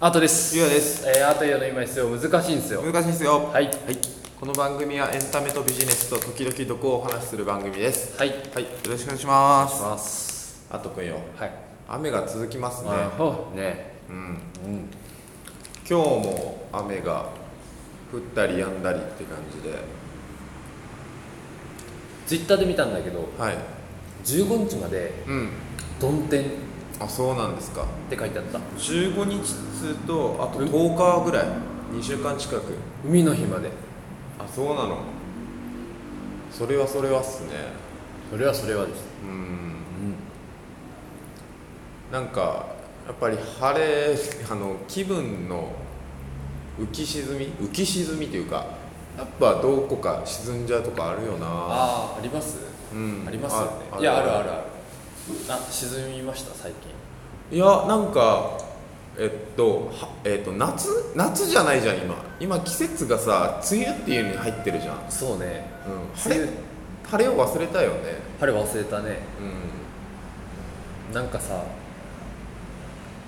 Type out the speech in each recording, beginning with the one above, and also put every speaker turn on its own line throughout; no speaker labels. アートです
ゆうやです、
えー、アートイヤの今必要難しいんですよ
難しいですよ
はい
はいこの番組はエンタメとビジネスと時々どこをお話しする番組です
はい
はいよろしくお願いしま
し
す
ます
あとくんよ
はい
雨が続きますね
あほうね
うん
うん
今日も雨が降ったり止んだりって感じで
ツイッターで見たんだけど
はい
15日まで
うん
「曇天」っ
あそうなんですか
て書いてあった
15日通とあと
うん
10日ぐらい2週間近く
海の日まで
あそうなのそれはそれはっすね
それはそれはです
うん
うん
なんかやっぱり晴れあの気分の浮き沈み浮き沈みというかやっぱどこか沈んじゃうとかあるよな
あああります
うん
ありますよねいやあるあるあるあ沈みました最近
いやなんかえっとはえっと夏夏じゃないじゃん今今季節がさ梅雨っていうのに入ってるじゃん、うん、
そうね
晴れ
梅雨
晴れを忘れたよね
春忘れたね
う
なんかさ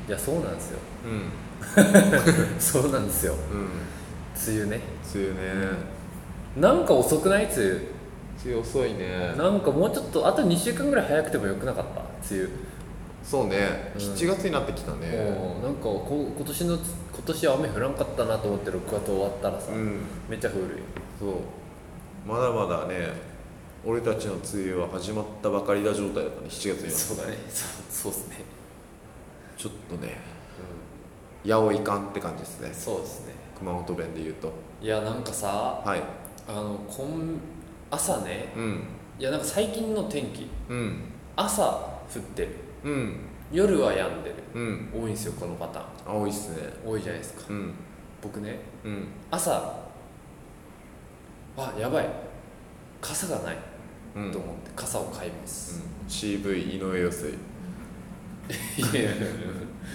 いやそうなんですよ
んうん
そうなんですよ
うん
梅雨ね
梅雨ね
なんか遅くない梅雨
梅雨遅いね
なんかもうちょっとあと2週間ぐらい早くてもよくなかった梅
そうね
うん
7月になってきた
雨、
ね
もうなんかこ今年の今年は雨降らんかったなと思って6月終わったらさ、
うん
めっちゃ降るよ
そうまだまだね俺たちの梅雨は始まったばかりだ状態だったね7月には
そうだねそうそうですね、
ちょっとね八百いかんって感じですね
そうですね
熊本弁で言うと
いやなんかさ
はい
あのこん朝ね
うん
いやなんか最近の天気
うん
朝降ってる
うん
夜は止んでる
うん
多いんですよこのパターン
青いっすね
多いじゃないですか
うん
僕ね
うん
朝あやばい傘がない
うん
と思って傘を買います、
CV 井上陽水
いやいやいや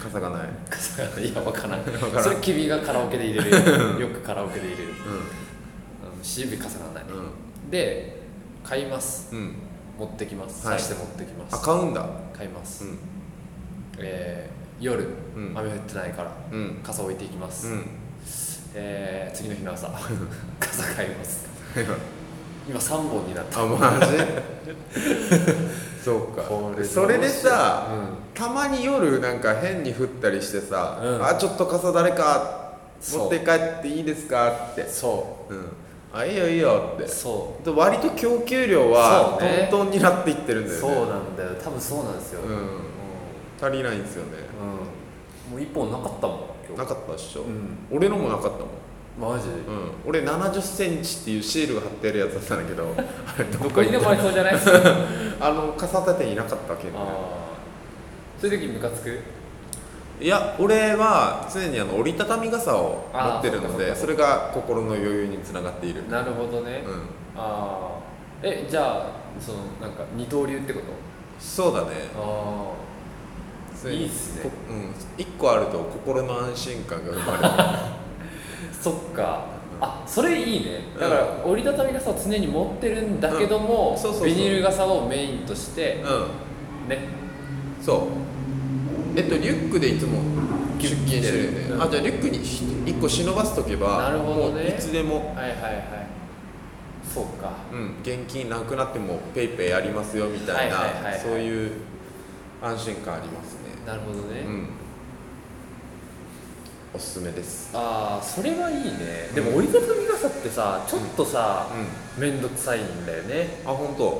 傘がない
傘が ないいやわからん
からん
それ君がカラオケで入れ るよよくカラオケで入れるうん CB 傘がない、
う
で買います
んうんうん
持ってきます
は
刺
い
して持ってきま
あ
す、
買うんだ
買います、
うん
えー夜、
うん
雨降ってないから
うん
傘置いていきます、
うん
えー次の日の 朝傘買います今3本になった
あマジ そうか
これ
それでさ、
うん
たまに夜なんか変に降ったりしてさ、
うん
あちょっと傘誰か
そう
持って帰っていいですかって
そ
うんあいいよいいよって
うそ
で割と供給量は
そうね
トントンになっていってるん
う
だよね
そうなんだよ多分そうなんですよ、
うん足りないんですよね
うん、もう1本なかったもん今日
なかったっしょ、
うん
俺のもなかったもん、
マジで
うん、俺7 0ンチっていうシールが貼ってあるやつだったんだけ どあれ
ど
どこ
こ
行
に
っ
でもありそうじゃない
たあの傘立てになかったけど
あーそういう時ムカつく
いや俺は常にあの折りたたみ傘を持ってる
あー
の
そっかそっ
で
か
それが心の余裕につながっている
なるほどね、
うん
ああえじゃあそのなんか二刀流ってこと
そうだね
あ
常に
いいっすね
こうん、一個あると心の安心感が生ま
あそっかあそれいいねだから折りたたみ傘を常に持ってるんだけども、
うんそうそうそう
ビニール傘をメインとし
れ
て
るう
ね
んそうえっとリュックでいつも出勤してるよね
うん
あじゃあリュックにひ一個忍ばせとけば
なるほどね
もういつでも、
はいはいはいそうか
うん、現金なくなってもペイペイありますよみたいな、
はいはいはいはい
そういう安心感ありますね
なるほどね、
うんおすすめです
ああそれはいいねで
うん
も折りたたみ傘ってさちょっとさ
うん
面倒、くさいんだよね
あ本当。
う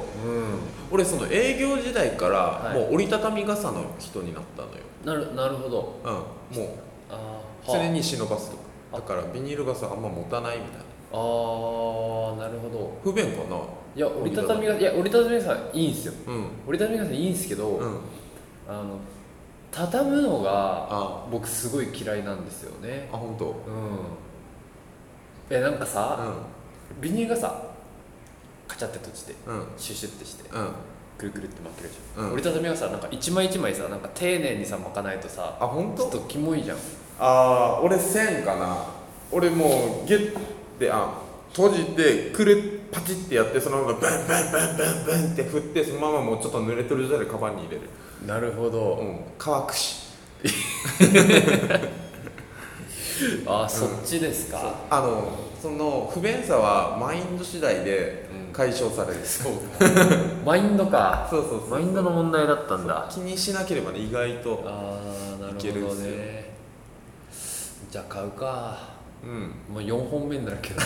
俺その営業時代か
い
ら、もう折りたたみ傘の人になったの
んなるなるほど
ようんもう
あー
常
は
に忍ばすと
あ
だからビニール傘あんま持たないみたいな
ああーなるほど
不便かない
や折りたたみがいや折りたたみ傘いいんすよ
うん
折りたたみ傘いいんすけど、
うん
あの畳むのが
あ
僕すごい嫌いなんですよね
あ本当。うん
うんえなんかさ、ビニール傘カチャって閉じて
うん
シュシュってして
うん
くるくるって巻けるじゃん、
うん
折りたたみ傘なんか一枚一枚さなんか丁寧にさ巻かないとさ
あ本
ちょ
当
っ。とキモいじゃん
ああ俺線かな俺もうギュッてあ閉じてくるパチッてやってそのままバンバンバンバンバンって振ってそのままもうちょっと濡れてる状態でカバンに入れる
なるほど
うん乾くし
あそっちですか、
あのその不便さはマインド次第で解消される、そう
マインドか
そうそうそう
マインドの問題だったんだ
気にしなければね意外と
ああなる
いける
ほど
んすよ
ねじゃあ買うか
うん
もう4本目になるけ ど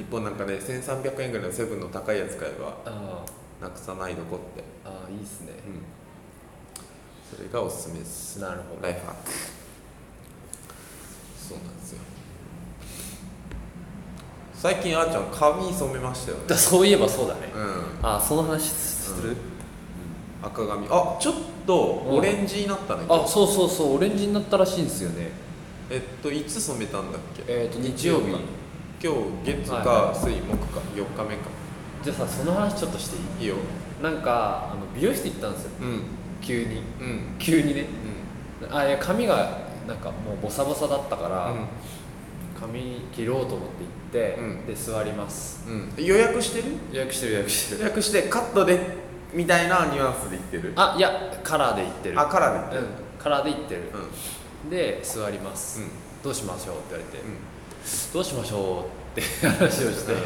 一本なんかね1300円ぐらいのセブンの高いやつ買えば
あ
なくさないどこって、
ーあーいいっすね
うん、それがおすすめです
なるほど
ライフハックそうなんですよ最近あーちゃん髪染めましたよね
だそういえばそうだね
うん
あーその話する、
赤髪あちょっとオレンジになったね、
あそうそうそうオレンジになったらしいんですよね
えっといつ染めたんだっけ
えっ、と日曜日
今日月
は
か水木か4日目か
じゃあさその話ちょっとしてい
いいよ
いなんかあの美容室行ったんですよ
うんうん
急に
うん
急にねあいや髪がなんかもうボサボサだったから、髪切ろうと思って行って、
うん
で座ります
うんうん予約してる
予約してる予約して
予
る
約してカットでみたいなニュアンスで言ってる
あいやカラーで行ってる
あカラーで
うんカラーで行ってる
言ってるうん
で座ります、
うん
どうしましょうって言われて、
うん
どうしましょうって話をして、
い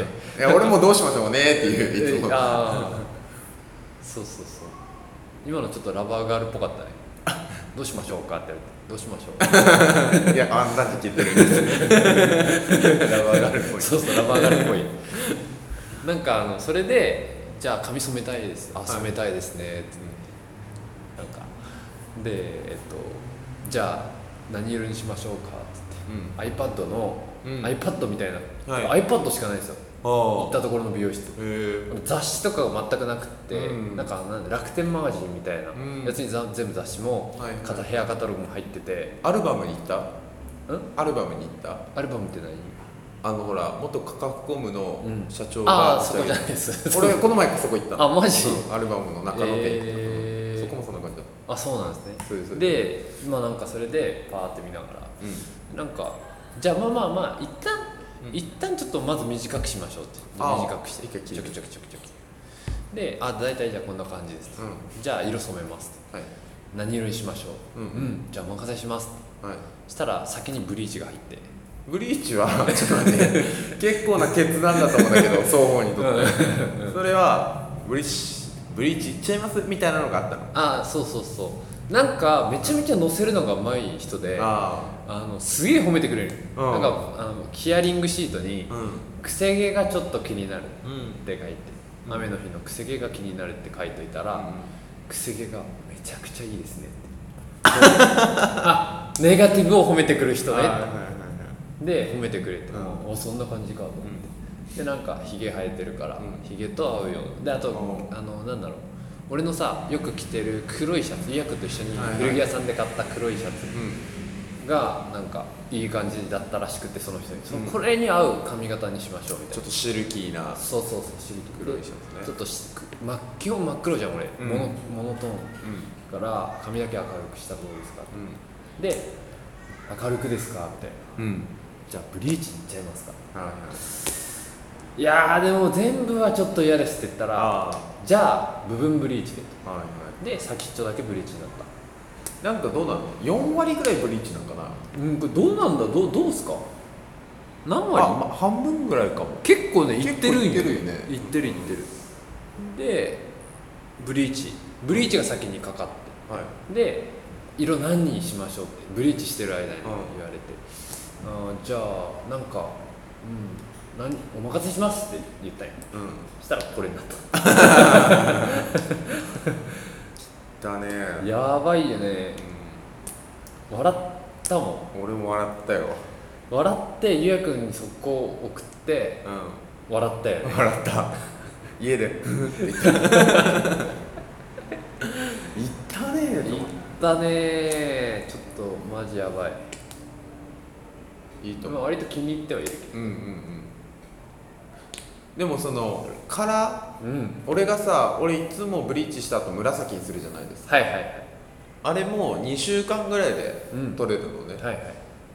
や俺もどうしましょうねって いういつも
ああそうそうそう今のちょっとラバーガールっぽかったねどうしましょうかって言われてどうしましょう
いやあんな時聞いてるんですラバーガールっ ぽい
そうそうラバーガールっぽいなんかあのそれでじゃあ髪染めたいですあ
い
染めたいですねって、なんかでえっとじゃあ何色にしましょうかって
うん
言って iPad の、
うん
iPad みたいな、
は
iPad しかないんですよ行
あ
ったところの美容室
あへえ
雑誌とかが全くなくって、
うん
なんかなんで楽天マガジンみたいな
うん
やつにざ全部雑誌も、
はいはい
カタヘアカタログも入ってて
アルバムに行った
ん
アルバムに行った
アルバムって何
あのほら元カカフコムの
うん
社長
あ
が
あ
立
そ
ち
こじ
上げ
ゃ
た、
ないです
俺この前そこ行ったの
あマジ
うんアルバムの中野店、
えー
そこもそんな感じだっ
あそうなんですね
たそうですそうす
でまあなんかそれでパーって見ながらなんかじゃあまあまあまあ一旦、
うん
一旦ちょっとまず短くしましょうって
ああ
短くして
一回切
ちょ
る
きちょきちょきちょきであ大体じゃあこんな感じです、
うん
じゃあ色染めます
うんはい
何色にしましょう、
うん
じゃあお任せします
はい
したら先にブリーチが入って
ブリーチはちょっと待って結構な決断だと思うんだけ ど双方にとってそれはブリーチブリーチいっちゃいますみたいなのがあったの
ああそうそうそうなんかめちゃめちゃ乗せるのがうまい人であ
あ
のすげえ褒めてくれる、
うん
なんかあのヒアリングシートに
あうん
「くせ毛がちょっと気になる」
うん
って書いて「雨の日のくせ毛が気になる」って書いといたら「くせ毛がめちゃくちゃいいですね」って あネガティブを褒めてくる人
あー
ね
はいはいはいはい
で褒めてくれて、
うん
おそんな感じかと思って、でなんかひげ生えてるから
うん
ひげ、と合うよであと、
う
あのなんだろう俺のさよく着てる黒いシャツイヤ君と一緒に
はいはい
古着屋さんで買った黒いシャツ
うん
がなんかいい感じだったらしくてその人に、その
うん
これに合う髪型にしましょうみたい
ちょ
な
っとシルキーな
そうそうそうシルク
黒いシャツね
ちょっとしま基本真っ黒じゃん俺、
うん
モノモノトーン
う
だから髪だけ明るくしたらどうですかで明るくですかみたいなん
うん
じゃあブリーチいっちゃいますか
はいはい
いやーでも全部はちょっと嫌ですって言ったら
あ
じゃあ部分ブリーチで
あはいはい
で先っちょだけブリーチになった
なんかどうなの4割ぐらいブリーチなんかな
うんこれどうなんだどうどうすか何割
あ、まあ、半分ぐらいかも
結構ねいってるんよ
結構いってるよね
いってるいってるでブリーチブリーチが先にかかって
はい
で色何にしましょうってブリーチしてる間に言われて、あーじゃあなんか、うん、何お任せしますって言ったんよ
うん
そしたらこれになった
だね
やばいよね笑ったもん
うん俺も笑ったよ
笑ってゆうやくんに速攻送って
う
笑ったよね
ん笑った家でふふって言った言ったね
いったねーちょっとマジやばい
いいと
ま
思
あ
う
割と気に入ってはいるけ
うんうんうんでもそのカラー
どうん
俺がさ俺いつもブリーチした後紫にするじゃないですか
はいはいはい
あれも2週間ぐらいで
うん
取れるのね、
はいはい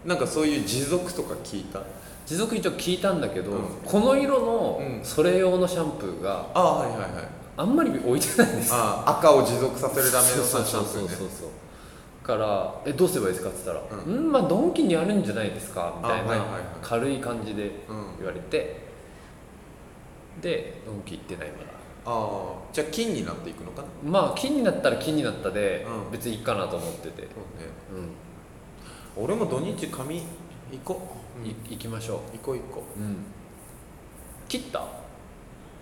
なんかそういう持続とか聞いた
持続一応聞いたんだけど、
うん
この色の
うん
それ用のシャンプーが
あはいはいはい
あんまり置いてないんです
あ赤を持続させるための
そう
サンシ
そ
ャ
う
ンプ
そ
ー
う
ね
そうそうから「えどうすればいいですか?」っつったら「う、
うん
まあドンキにあるんじゃないですか」みたい
あはい
な
はいはい
軽い感じで
うん
言われてでドンキ行ってないまだ
ああじゃあ金になっていくのかな
まあ金になったら金になったで、
うん
別にいいかなと思ってて、
そう
う
ね俺も土日髪行こ
ん
う、
い
行
行きましょ
こう行こう
う、うん、切った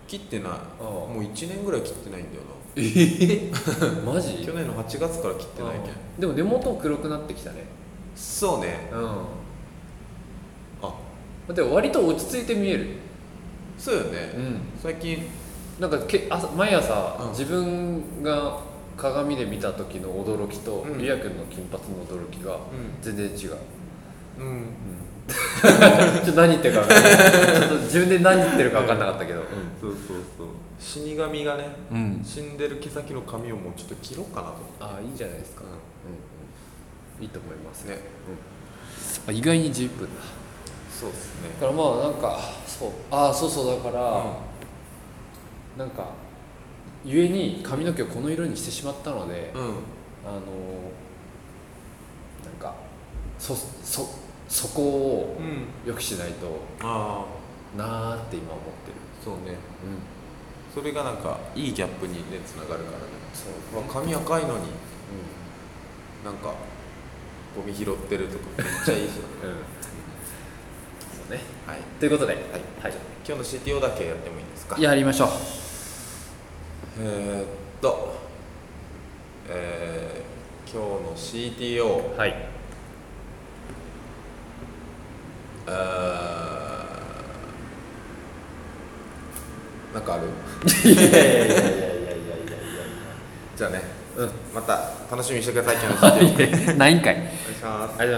切ってない
あ
もう1年ぐらい切ってないんだよ
え マ
な
ジ
去年の8月から切ってないけん
うんでも根元黒くなってきたね
そうね
う
あ
んでも割と落ち着いて見える
そうよ
う
ね
ん
最近
なんかけ朝毎朝、
うん
自分が鏡で見た時の驚きと、
うん
リア君の金髪の驚きが全 然違う、
うん、うん、
ちょっと何言ってるか分かんないちょっと自分で何言ってるか分かんなかったけど
そうそうそう死神がね
うん、
死んでる毛先の髪をもうちょっと切ろうかなと思って
ああいいじゃないですか、
うん
うん、いいと思いますね
ね
あ意外に11分だ
そうですね
だからまあなんかそうああそうそうだから、なんかゆえに髪の毛をこの色にしてしまったので、
うん
あのなんかそそそこを
うん
良くしないと
ああ
なーって今思ってる
そうね
うん
それがなんかいいギャップにねつながるからね
そう
うわ髪赤いのになんかゴミ拾ってるとかめっちゃいいじゃ
うん、うん、そうね
ん はい
ということで、はいは
今日の CTO だけやってもいいですか
い、やりましょう
えー、っとえー、今日の CTO
はい
えーなんかある
いやいやいやいやいやいや
じゃあね
うん
また楽しみにしてください今日の CTO お 願
いやないんかいありがとうござい
いします
ました